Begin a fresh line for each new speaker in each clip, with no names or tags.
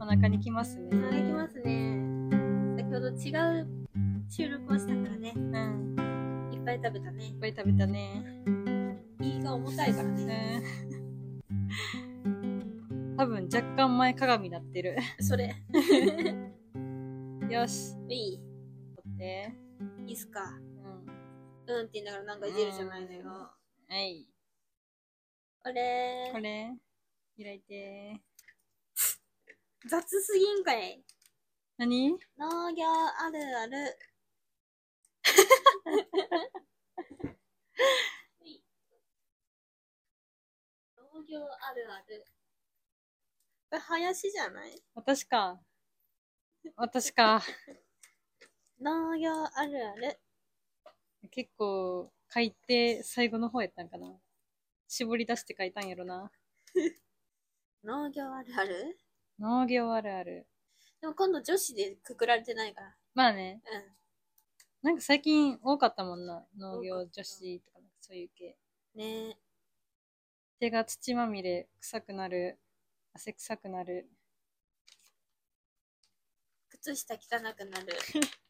お腹にきますね。
それいきますね。先ほど違う収録をしたからね。
うん。
いっぱい食べたね
いっ。ぱい食べたね。
胃が重たいから
う
ね。
ん。多分若干前鏡になってる。
それ。
よし。
いい
取って。
いいっすか。
うん。
うんって言いながらなんかいじるじゃないのよ。
はい。
これ
これ、開いて。
雑すぎんかい。
何
農業あるある。 農業あるある。これ林じゃない
私か。私か。
農業あるある。
結構書いて最後の方やったんかな絞り出して書いたんやろな
農業あるある
農業あるある
でも今度女子でくくられてないから。
まあね
うん。
なんか最近多かったもんな農業女子とかなんかそういう系
ねえ。
手が土まみれ臭くなる汗臭くなる
靴下汚くなる。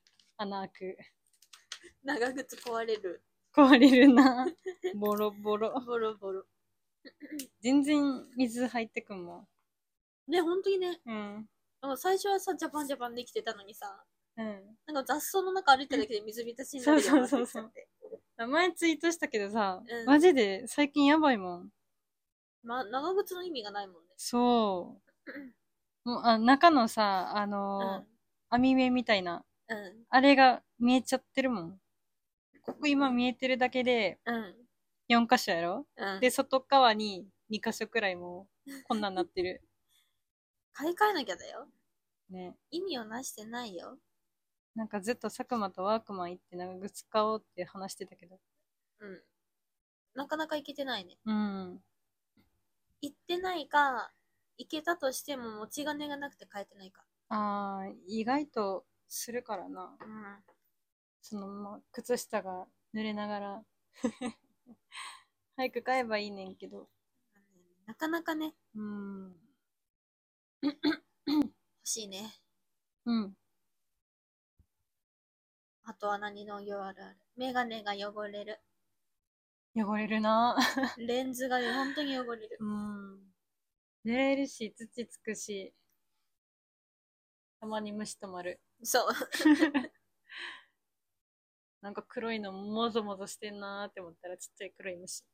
穴開く
長靴壊れる。
壊れるな ボロボロ
ボロボロ。
全然水入ってくんも
ね、本当にね。
んうん
なんか最初はさ、ジャパンジャパンできてたのにさ、
うん
なんか雑草の中歩いただけで水浸しになるよなってきちゃって。
前ツイートしたけどさ、
うん
マジで最近やばいもん
ま、長靴の意味がないもんね。
そうもうあ中のさあ
う
の
ん。
ー網目みたいな、
うん。
あれが見えちゃってるもん。ここ今見えてるだけで
うん。
4箇所やろ
うん。
で、外側に2箇所くらいもうこんなんなってる。
買い替えなきゃだよ。
ね。
意味をなしてないよ。
なんかずっと佐久間とワークマン行って長靴買おうって話してたけど。
うん。なかなか行けてないね。
うん。
行ってないか、行けたとしても持ち金がなくて買えてないか。
あー、意外とするからな。
うん。
そのまま靴下が濡れながら。 早く買えばいいねんけど。
なかなかね、
うん。
欲しいね。
うん。
あとは何の用あるある。メガネが汚れ る。
汚れるな。
レンズが本当に汚れる。
うん。濡れるし、土つくし、たまに虫止まる。
そう。
なんか黒いのもぞもぞしてんなーって思ったらちっちゃい黒い虫。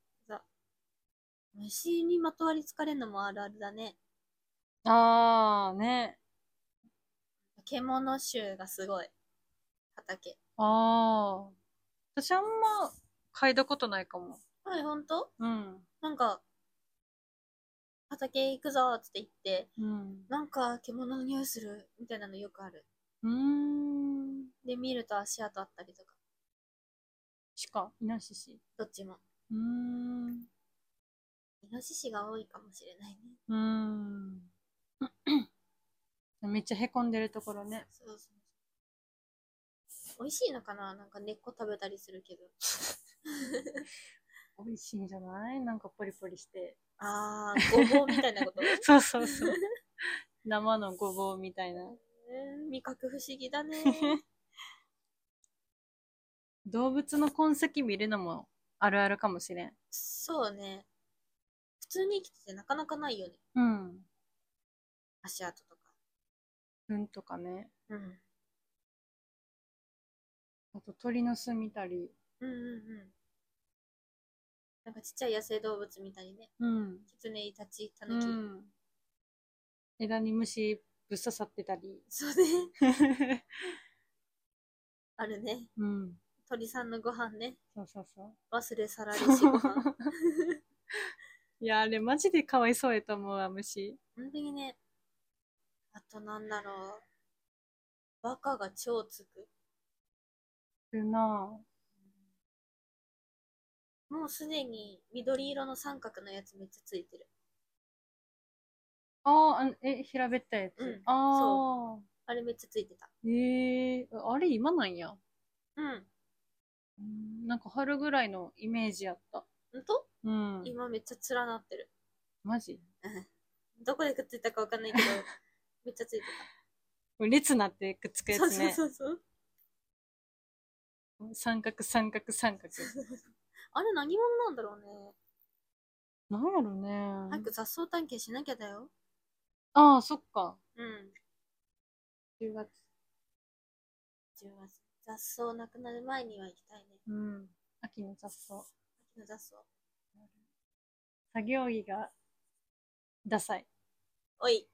虫にまとわりつかれるのもあるあるだね。
あーね。
獣臭がすごい。畑。
あー。私あんま嗅いだことないかも。
はい、ほんと
うん。
なんか、畑行くぞーって言って、
うん。
なんか獣の匂いするみたいなのよくある。
うーん。
で、見ると足跡あったりとか、
鹿、イノシシ。
どっちも。
うーん。
イノシシが多いかもしれないね。
うーん。 めっちゃへこんでるところね。
そうそう。美味しいのかななんか根っこ食べたりするけど。
美味しいんじゃないなんかポリポリして。
あー、ごぼうみたいなこと。
そうそうそう。 生のごぼうみたいな。
えー味覚不思議だ ね。
動物の痕跡見るのもあるあるかもしれん。
そうね。普通に生きててなかなかないよね。
うん。
足跡とか。
糞とかね。
うん。
あと鳥の巣見たり。
うんうんうん。なんかちっちゃい野生動物みたいにね。
うん。
キツネ、イタチ、タ
う
ヌキ。
ん、枝に虫ぶっ刺さってたり。
そうね。あるね。
うん。
鳥さんのご飯ね。
そうそうそう。
忘れ去られしご飯。本
いや、あれマジでかわいそうやと思うわ、虫。
当にね。あとなんだろう。バカが超つく。
いるなぁ
もうすでに緑色の三角のやつめっちゃついてる。
あーあの、え、平べったいやつ。
うん
ああ。
あれめっちゃついてた。
ええあれ今なんや。
うん。
うんなんか春ぐらいのイメージやった。
ほんと
うん。
今めっちゃ連なってる。
マジ
どこでくっついたかわかんないけ ど、めっちゃついて
列なってくっつく
た。
や
そう
つ
そう
ね。
そうそう。
三角三角三角。
あれ何者なんだろうね。
なんやろね。
早く雑草探検しなきゃだよ。
ああ、そっか。
うん。
10月。
10月。雑草なくなる前には行きたいね。
うん。秋の雑草。
秋の雑草。
作業着が、ダサい。
おい、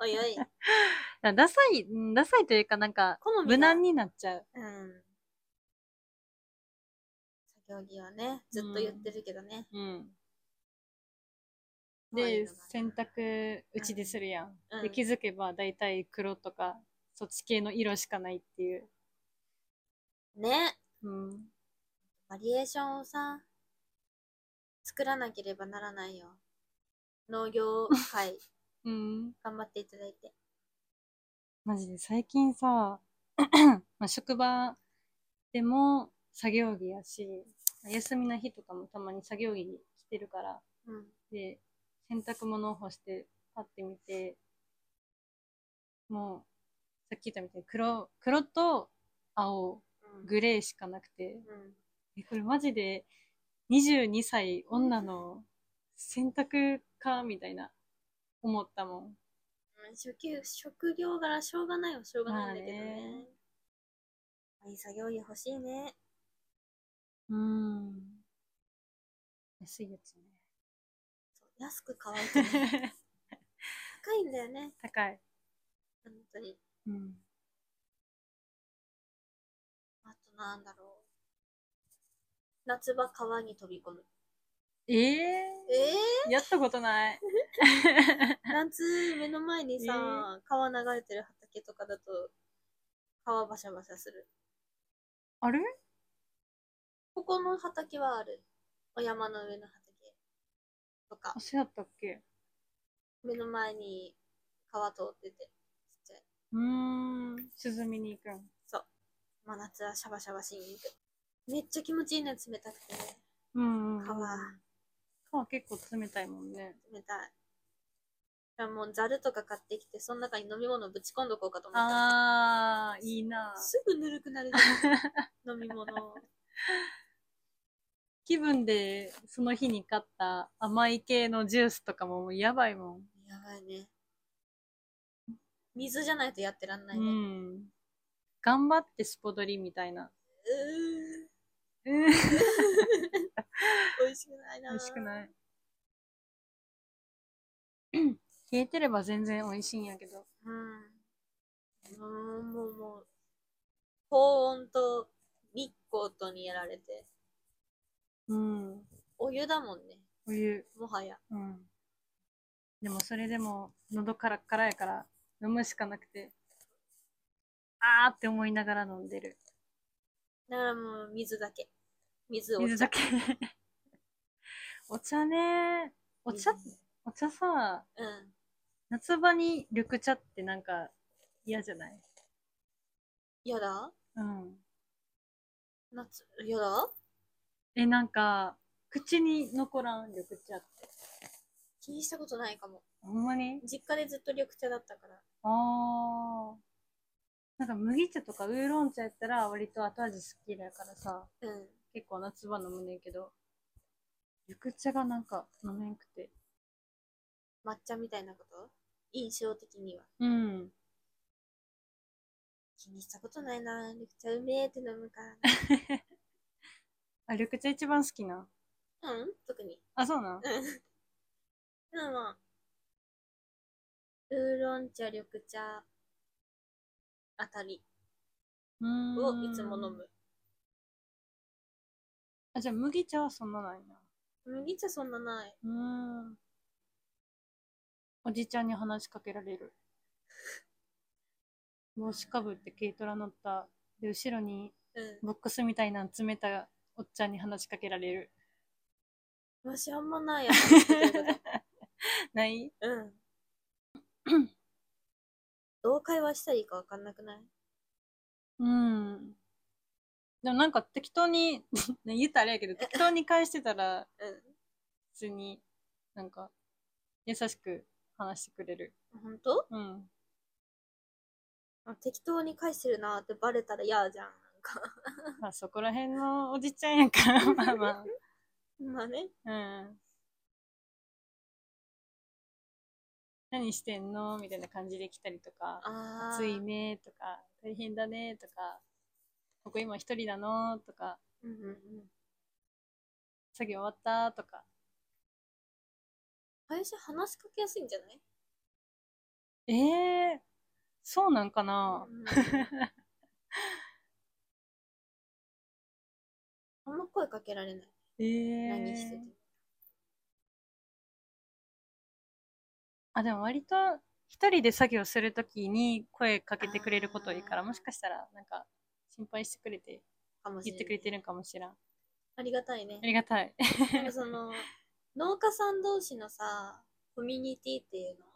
おいお い。
ダサい、うんダサいというかなんか、
好みが
無難になっちゃう。
うん。作業着はね、ずっと言ってるけどね。
うん。
可愛い
で
のが、
洗濯、うちでするやん。
うん
で、気づけば大体黒とか、そっち系の色しかないっていう。
ね。
うん。
バリエーションをさ、作らなければならないよ。農業 界、
うん。
頑張っていただいて。
マジで最近さ、 まあ、職場でも作業着やし、休みの日とかもたまに作業着着てるから、
うん。
で、洗濯物を干して、パって見て、もう、さっき言ったみたいに黒、黒と青、
うん。
グレーしかなくて、
うん
え、これマジで22歳女の洗濯か、みたいな、思ったもん。
うん職業職業柄しょうがないはしょうがないんだけど
まあ
ね
ね。
いい作業着欲しいね。
うん。安いやつね。
そう安く買われて、 ね、高いんだよね。
高い。
本当に。
うん。
あとなんだろう。夏場川に飛び込む。
ええ
ええ
やったことない。
夏目の前にさ、川流れてる畑とかだと、川バシャバシャする。
あれ
ここの畑はある。お山の上の畑とか
あ、、そうやったっけ
目の前に川通ってて、ちっちゃい。
うーん。涼みに行くん。
真夏はシャバシャバしに行く。めっちゃ気持ちいいの冷たくて、
うん、うん。
川、
川結構冷たいもんね。
冷たい。だからもうザルとか買ってきて、その中に飲み物ぶち込んどこうかと思った。
あー、いいな
すぐぬるくな るじゃん飲み物。
気分でその日に買った甘い系のジュースとかももうやばいもん。。
やばいね。水じゃないとやってらんないうね。うん
頑張ってスポドリみたいな。
ー
うん。美
美味しくないな。。
味しくない い。冷えてれば全然美味しいんやけど。
うん。もう、もう、もう、高温と日光とにやられて、
うん。
お湯だもんね。
お湯。
もはや。
うん。でもそれでも喉からっからやから飲むしかなくて、あーって思いながら飲んでる。
だからもう、水だけ。水を。
水だけ。 お茶ね。お茶、お茶さ、
うん。
夏場に緑茶ってなんか嫌じゃない
やだ
うん。
夏、やだ
え、なんか、口に残らん緑茶って。
気にしたことないかも。
ほんまに
実家でずっと緑茶だったから。
あー。なんか麦茶とかウーロン茶やったら割と後味すっきりやからさ。
うん。
結構夏場飲むねんけど、緑茶がなんか飲めんくて。
抹茶みたいなこと印象的には。
うん。
気にしたことないな緑茶うめえって飲むからね
あ、緑茶一番好きな。
うん特に
あ、そうなん
でもまあウーロン茶緑茶あたり
う
を
ーん
いつも飲。む
あ、じゃあ麦茶はそんなないな。
麦茶そんなないう
ーん。おじちゃんに話しかけられる。帽子かぶって軽トラ乗った。で、後ろに
う
ボックスみたいなの詰めたおっちゃんに話しかけられる。
んわしあんまないや話してくれたこ
ない
と うんどう会話したらいいか分かんなくない
うん。でもなんか適当に、 ね言ったらあれやけど、適当に返してたら、
うん
普通に、なんか、優しく話してくれる。
本当
うん。
適当に返してるなってバレたら嫌じゃん。なんか
まあそこら辺のおじちゃんやから、まあま
まあね。
あ。うん。何してんのみたいな感じで来たりとか。
ああ。
暑いねとか、大変だねとか、ここ今一人なのとか、
うんうんうん。
作業終わったとか。
会社話しかけやすいんじゃない
ええー、そうなんかな、
うん あんま声かけられない。
ええー。
何してても。
あ、でも割と一人で作業するときに声かけてくれること多いから、
あー
もしかしたらなんか心配してくれて、
かもしれない
言ってくれてるんかもしらん。あ
ありがたいね。
りがたい。
なんかその、農家さん同士のさ、コミュニティっていうの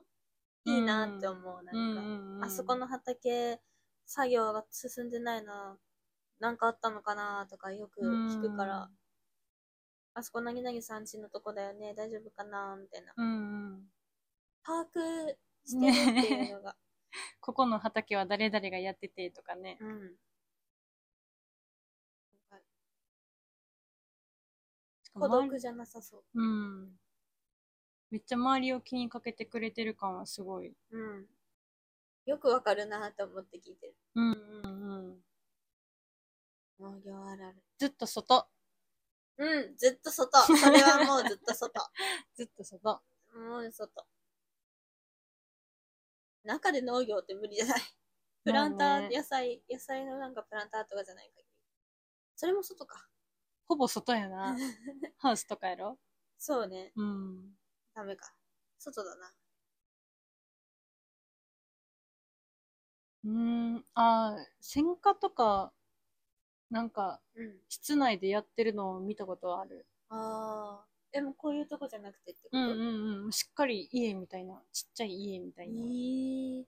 いいなって思う。
うんう
なんか、
んうん。
あそこの畑、作業が進んでないな、なんかあったのかなとかよく聞くから、あそこなぎなぎさんちのとこだよね、大丈夫かなみたいな。
うん。うんうん。
把握してるっていうのが。
ここの畑は誰々がやっててとかね。
うん。なんか
しかも
孤
周り
独じゃなさそ
うん。めっちゃ周りを気にかけてくれてる感はすごい。
う。うん。よくわかるなと思って聞いてる。
うんうんうん。
農業あるある。
ずっと外。
うん、ずっと外。それはもうずっと外。
ずっと外。
もう外。中で農業って無理じゃない。プランタ
まあ
ー、
ね
野菜、野菜のなんかプランターとかじゃない限り。それも外か。
ほぼ外やな。ハウスとかやろ
そうね。
うん。
ダメか。外だな。
うん。ああ、戦火とか、なんか、
うん。
室内でやってるのを見たことはある。
ああ。でもこういうとこじゃなくてってこと
うんうんうん。しっかり家みたいな。ちっちゃい家みたいな。
ええ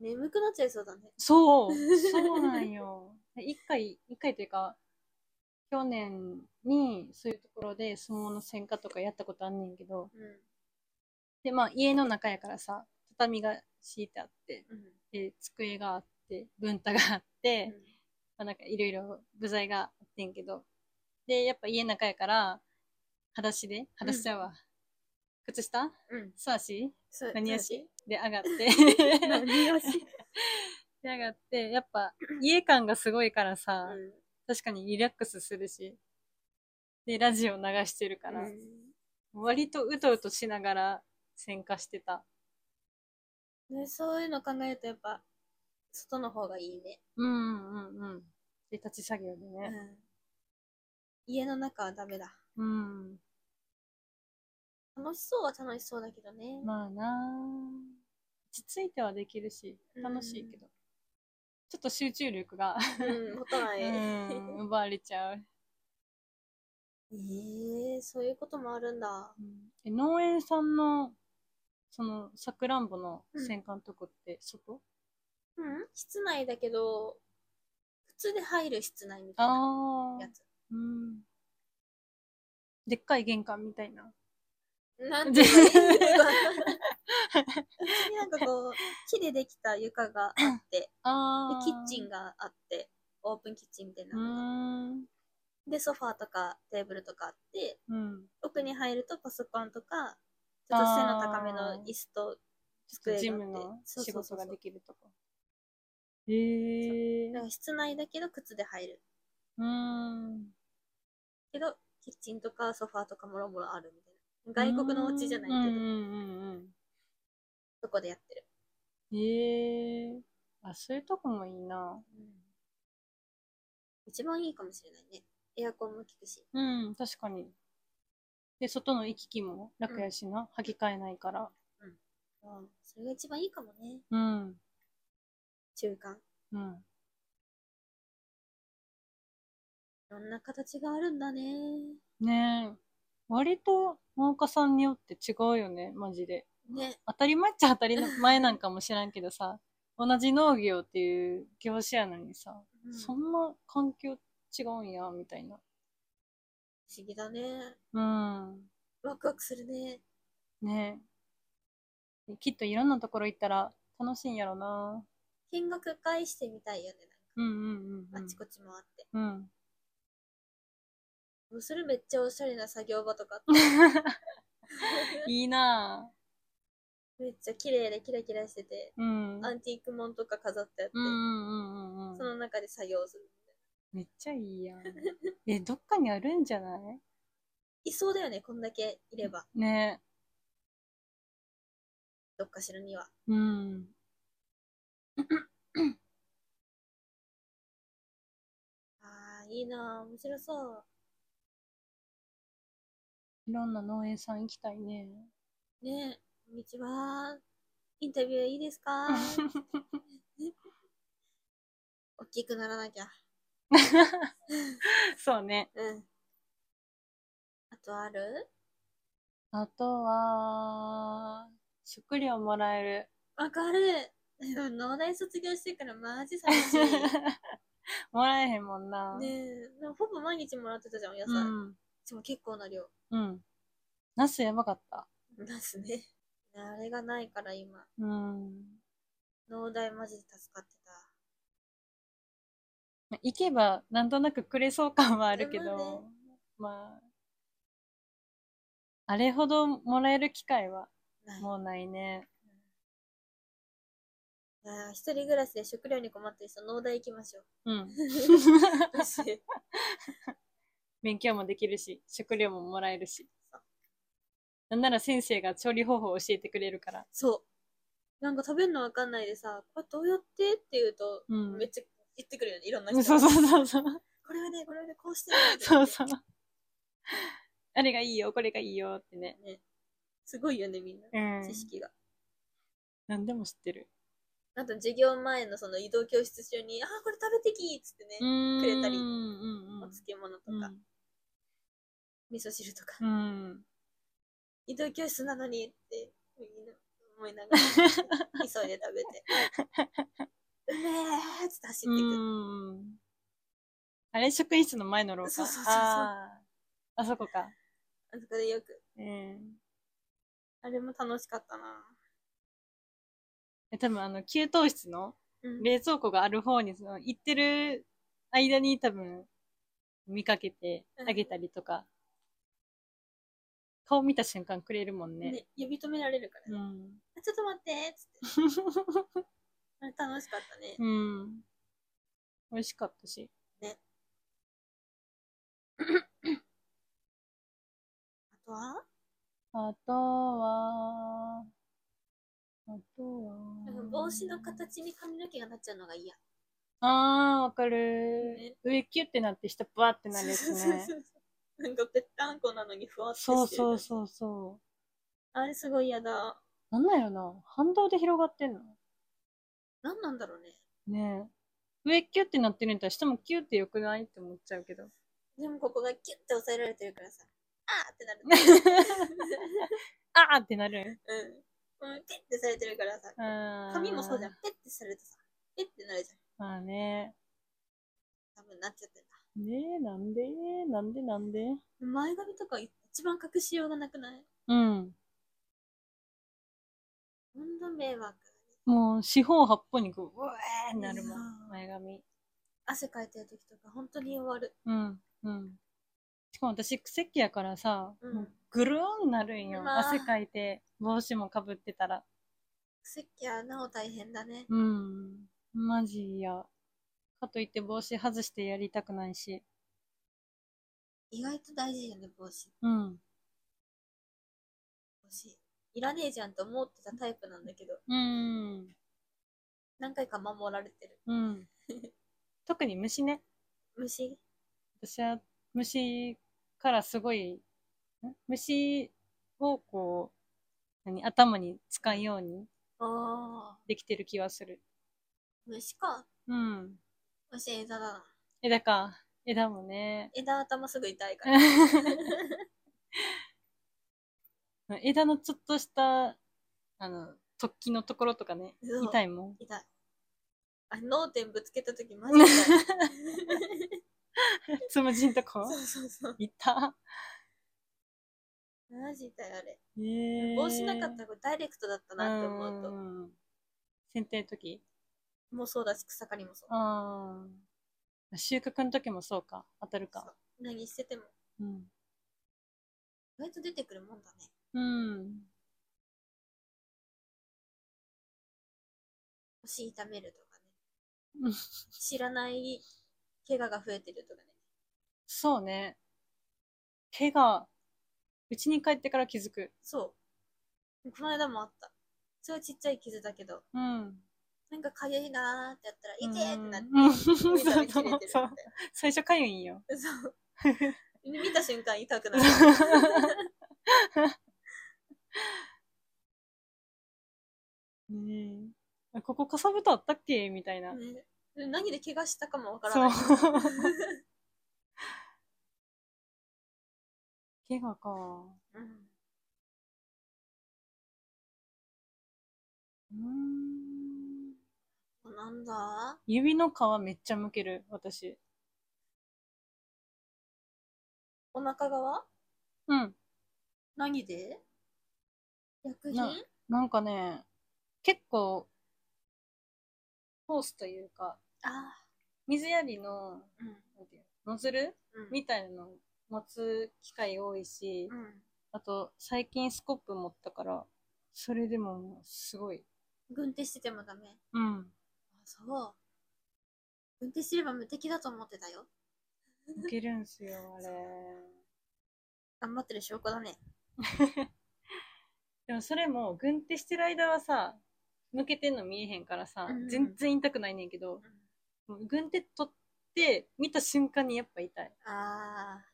眠くなっちゃいそうだね。
そう、そうなんよ。一回、一回というか、去年にそういうところで相撲の戦火とかやったことあんねんけど、
う
で、まあ家の中やからさ、畳が敷いてあって、
ん。
で、机があって、文太があって、
うん。
まあなんかいろいろ部材があってんけど、で、やっぱ家の中やから、裸足で、裸足ちゃうわ。靴下
うん。
素足
そう
何足で上 がって。
何 足
で上がって、やっぱ家感がすごいから
う
さ、
ん。
確かにリラックスするし。で、ラジオ流してるから、割とうとうとしながら戦火してた。
ね、そういうの考えるとやっぱ、外の方がいいね。
うんうんうんうん。で、立ち作業で
う
ね。
ん。家の中はダメだ。
うん。
楽しそうは楽しそうだけどね。
まあなあ落ち着いてはできるし、楽しいけど。ちょっと集中力が、
うん、持たな
う
い。
ん、奪われちゃう。
ええそういうこともあるんだ。
うんえ農園さんの、その、さくらんぼの戦火のとこって外、
うん室内だけど、靴で入る室内みたいな
ああ
や。つ。
うん。でっかい玄関みたいな。
なんて言えばいいんだろう普通になんかこう、木でできた床があって、で
あ
キッチン
が。
があって、オープンキッチンみたいう
ー
な。
ん。
で、ソファーとかテーブルとかあって、
うん。
奥に入るとパソコンとか、ちょっと背の高めの椅子と、机があって
ジムの
そう
仕
そうそうそ
事
う
ができるとこ。へえ
なん
ー。
か室内だけど靴で入る。
うーん。
けど、キッチンとかソファーとかもろもろあるみたいな。外国のお家じゃないけど、
うんうんうんうん。
そこでやってる。
へえー。あ、そういうとこもいいな。
一番いいかもしれないね。エアコンも効くし。
うん、確かに。で、外の行き来も楽やしな。履き替えないから。
うん。それが一番いいかもね。
うん。
中間。
うん。
いろんな形があるんだね。
ねえ。割と農家さんによって違うよね、マジで。
ね。
当たり前っちゃ当たり前なんかもしらんけど さ、同じ農業っていう業種やのにさ、
うん
そんな環境違うんや、みたいな。
不思議だね。
うん。
ワクワクするね。
ねえ。きっといろんなところ行ったら楽しいんやろな。
見学会してみたいよね。
うんうんうん、うん。
あちこち回って。
うん。
もうそれめっちゃおしゃれな作業場とかあって
いいな
めっちゃ綺麗でキラキラしてて、
ぁ。うん。
アンティークもんとか飾ってあって、
うんうんうんうん
そ
うん。
の中で作業する。
めっちゃいいやん。え、どっかにあるんじゃない
いそうだよね、こんだけいれば、
ね
どっかしらには。
うん。
あー、いいなぁ、面白そう。
いろんな農園さん行きたいね。
ねえ、こんにちは。インタビューいいです か大きくならなきゃ。
そうね。
うん。あとある
あとは、食料もらえ る。
わかる。でも農大卒業してからマジ寂 しい。ね
もらえへんもんな。
え、でもほぼ毎日もらってたじゃん、お野
う
菜。
ん。
でも結構な量。
うん。ナスやばかった。
ますね。あれがないから今、
うん。
農大マジで助かってた。
行けば、なんとなくくれそう感はあるけ
まあ
ど
ね、
まあ、あれほどもらえる機会は
ない。
もうないね。
いやー一人暮らしで食料に困ってる人、農大行きましょう。
うん。
私
勉強もできるし、食料ももらえるし。なんなら先生が調理方法を教えてくれるから。
そう。なんか食べるのわかんないでさ、これどうやってって言うと、
うん
めっちゃ言ってくるよね、いろんな
そ
人が。
うそうそうそう。
これはね、これはね、こうしてねって
そうそう。あれがいいよ、これがいいよってね。
ね。すごいよね、みんな。
うん
知識が。
何でも知ってる。
あと、授業前のその移動教室中に、あー、これ食べてきーっつってね、
く
くれたり
うんうん
お
うん。
漬物と
う
か
ん、
味噌汁とか。
うん。
移動教室なのにってみんな思いな がら急いで食べてうめえっつって走っていく、
うん。あれ、職員室の前の廊下。
そうそうそうそう
あーあそこか。
あそこでよく
うん。
あれも楽しかったな、
え多分あの、給湯室の
うん、
冷蔵庫がある方に、その、行ってる間に多分、見かけてあげたりとか。顔見た瞬間くれるもんね。
ね呼び止められるから
う
ね、
ん。
あちょっと待ってっつってあれ楽しかったね、
うん。美味しかったし。
あとは
あとは、あとは
なんか、帽子の。形に髪の毛がなっちゃうのが嫌
あー、わかる、
ね
上キュってなって下ブワってなるや つ
そうそう
ね。
そうなんかぺったんこなのにふわっとしてる
そうそうそうそ
あれすごい嫌だ
う。なんなんやろな反動で広がってんの
何なんだろうね
ねえ。上キュってなってるんやったら下もキュってよくないって思っちゃうけど。
でもここがキュッて押さえられてるからさあーってなる
あーってなる。
うん。うん、ペッてされてるからさ、
あー
髪もそうじゃん。。ペッてされてさ、ペッてなるじ
まあね。
ゃん。多分なっちゃってんだ。
ねえ、なんでなんでなんで
前髪とか一番隠しようがなくない
うん。
ほんと迷惑。
もう四方八方にこう、うわーってなるも
うん
ん。前髪。
汗かいてる時とか本当に終わる。
うんうん。しかも私、クセっ気やからさ、
うん
もうぐるーんなるんよ。
うわー
汗かいて、帽子もかぶってたら。
せっきゃなお大変だね。
うん。マジや。かといって帽子外してやりたくないし。
意外と大事よね、帽子。
うん。
帽子。いらねえじゃんと思ってたタイプなんだけど、
うん。
何回か守られてる。
うん。特に虫ね。
虫
私は虫からすごい、ん虫をこう、何、頭に使うように
ああ。
できてる気はする。
虫か。
うん。
虫枝だな。
枝か。枝もね。
枝頭すぐ痛いから。うん。
枝のちょっとした、あの、突起のところとかね、
そう
痛いもん。
痛い。あ、脳天ぶつけたときマジで痛 い。
つむじんとこ
そうそうそう。
痛っ
マジだよ、あれ。
え
帽子なかったらこれダイレクトだったなって思うと。
と。剪定の時
もうそうだし、草刈りもそう。
ああ。収穫の時もそうか。当たるか。
何してても、
うん。
意外と出てくるもんだね。
うん。
腰痛めるとか
うん
ね。知らない怪我が増えてるとかね。
そうね。怪我、うちに帰ってから気づく。
そう。この間もあった。すごいちっちゃい傷だけど、
うん。
なんかかゆいなーってやったら、痛えってなって、
うん
見た目切れて るみたいな。
最初かゆいんよ。
そう。見た瞬間痛くなる。
ねえ。ここかさぶたあったっけみたいな。
ね何で怪我したかもわから
そ
な
う
い。。
怪我か。
うん
うーん。
なんだ
指の皮めっちゃむける、私。
お腹側
うん。
何で薬品
ななんかね、結構、ホースというか、
あ
水やりの、
ー
なんていうのノズル
うん。うん。
みたいなのを持つ機会多いし、
うん。
あと、最近スコップ持ったから、それでももうすごい。
軍手しててもダメ。
うん。
あそう。運転すれば無敵だと思ってたよ。
むけるんすよ、あれ。
頑張ってる証拠だね。
でもそれも、軍手してる間はさ、向けてんの見えへんからさ、
うんうん
全然痛くないねんけど、もう軍手取って、見た瞬間にやっぱ痛い。
あ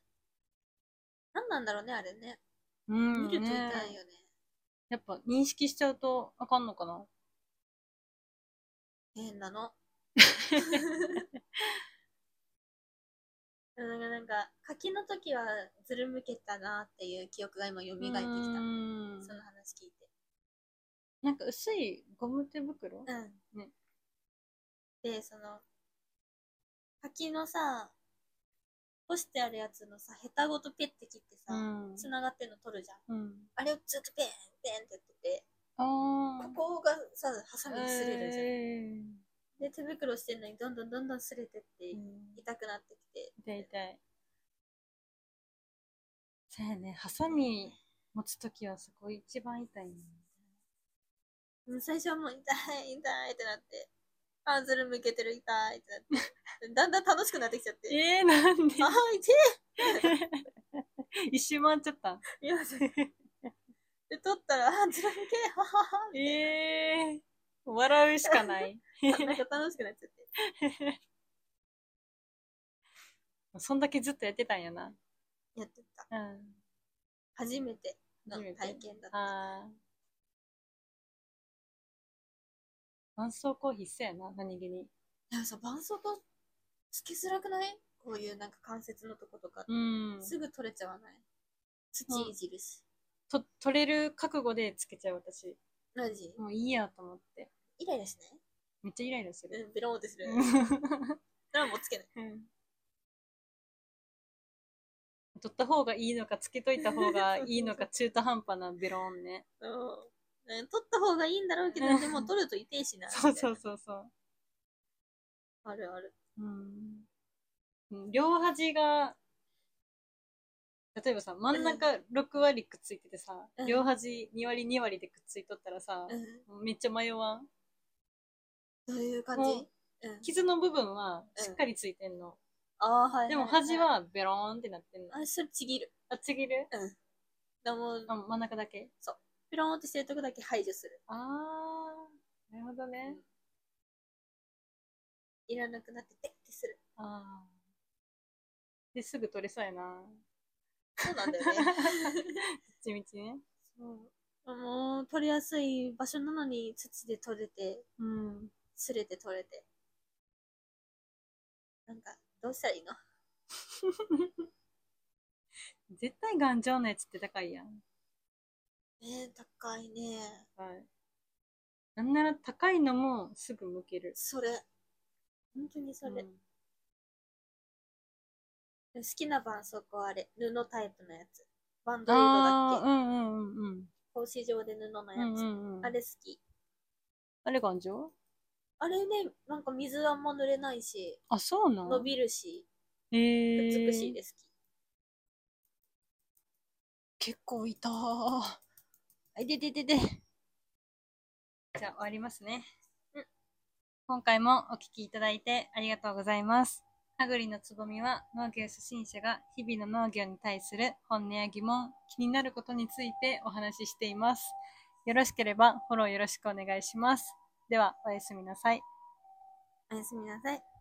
あ。なんなんだろうね、あれね。
うん
見ると痛いよね。
やっぱ認識しちゃうとあかんのかな
変な の。なんか、なんか柿の時はずるむけたなっていう記憶が今蘇ってきた。
うん
その話聞いて。
なんか薄いゴム手袋
うん。
ね
で、その、柿のさ、干してあるやつのさ、ヘタごとペッて切ってさ、
ん
つながってんの取るじゃん。
うん。
あれをずっとペン、ペンってやってて、
ああ。
ここがさ、ハサミに擦れるじゃん。
え
で、手袋してんのにどんどんどんどん擦れてって、
ー
痛くなってきて。
痛い痛い。そうやね、ハサミ持つときはそこ一番痛いね。
もう最初はもう痛い、痛いってなって、あ、ずるむけてる、痛いってなって。だんだん楽しくなってきちゃって。
えー、なんで
あ痛い
一周回っちゃった。
いやで、取ったら、あ、ずるむけ、はははみたいな
えー、笑うしか ない。
なんか楽しくなっちゃって。
そんだけずっとやってたんやな。
やってた。
うん。
初めての
初めて
体験だった。
ああ。伴奏コーヒー必須やな、何気に。
でもさ、絆創膏つけづらくないこういうなんか関節のとことか。
うん
すぐ取れちゃわない土いじるし。
と、取れる覚悟でつけちゃう私。
マジ
もういいやと思って。
イライラし
めっちゃイライラす
ない
る。
うん、ベロンってする。
う
そ
ん
れはもうつけない。
取った方がいいのか、つけといた方がいいのか、中途半端なベロンね。
うん。うん取った方がいいんだろうけど、でも取ると痛いしな。。
そうそううそうそ
あるある。
う。うん。うん両端が、例えばさ、真ん中6割くっついててさ、
うん
両端2割2割でくっついとったらさ、
うん。
めっちゃ迷わん。
どういう感じ
も
うん。
傷の部分はしっかりついてんの。
ああ、はい。
でも端、はベローンってなってんの。
あ、それちぎる。
あ、ちぎる
でも、
あ真ん中だけ
ベロンってしてるとこだけ排除する。
あー、なるほどね。
いらなくなって、ペッてする。
あー。で、すぐ取れそうや な。
そうなんだよね。
どっちみちね。
そうもう取りやすい場所なのに土で取れて、
うん。
すれて取れて。なんか、どうしたらいいの
絶対頑丈なやつって高いやん。
ねえ、高いね。
はい。なんなら高いのもすぐ向ける。
それ。本当にそれ。
うん
好きな絆創膏あれ、布タイプのやつ。バンドエイドだ
あ
っ
あ、
け
うんうんうんうん。
格子状で布の
うんう
やつ。
んうん、
あれ好き。
あれ頑丈
あれね、なんか水あんま濡れないし、
あ、そうな
伸
の
びるし、
えー、
美しいです好き。
結構いたー。あいてててて。じゃあ終わりますね。
うん
今回もお聞きいただいてありがとうございます。ハグリのつぼみは農業初心者が日々の農業に対する本音や疑問、気になることについてお話ししています。よろしければフォローよろしくお願いします。ではおやすみなさい。
おやすみなさい。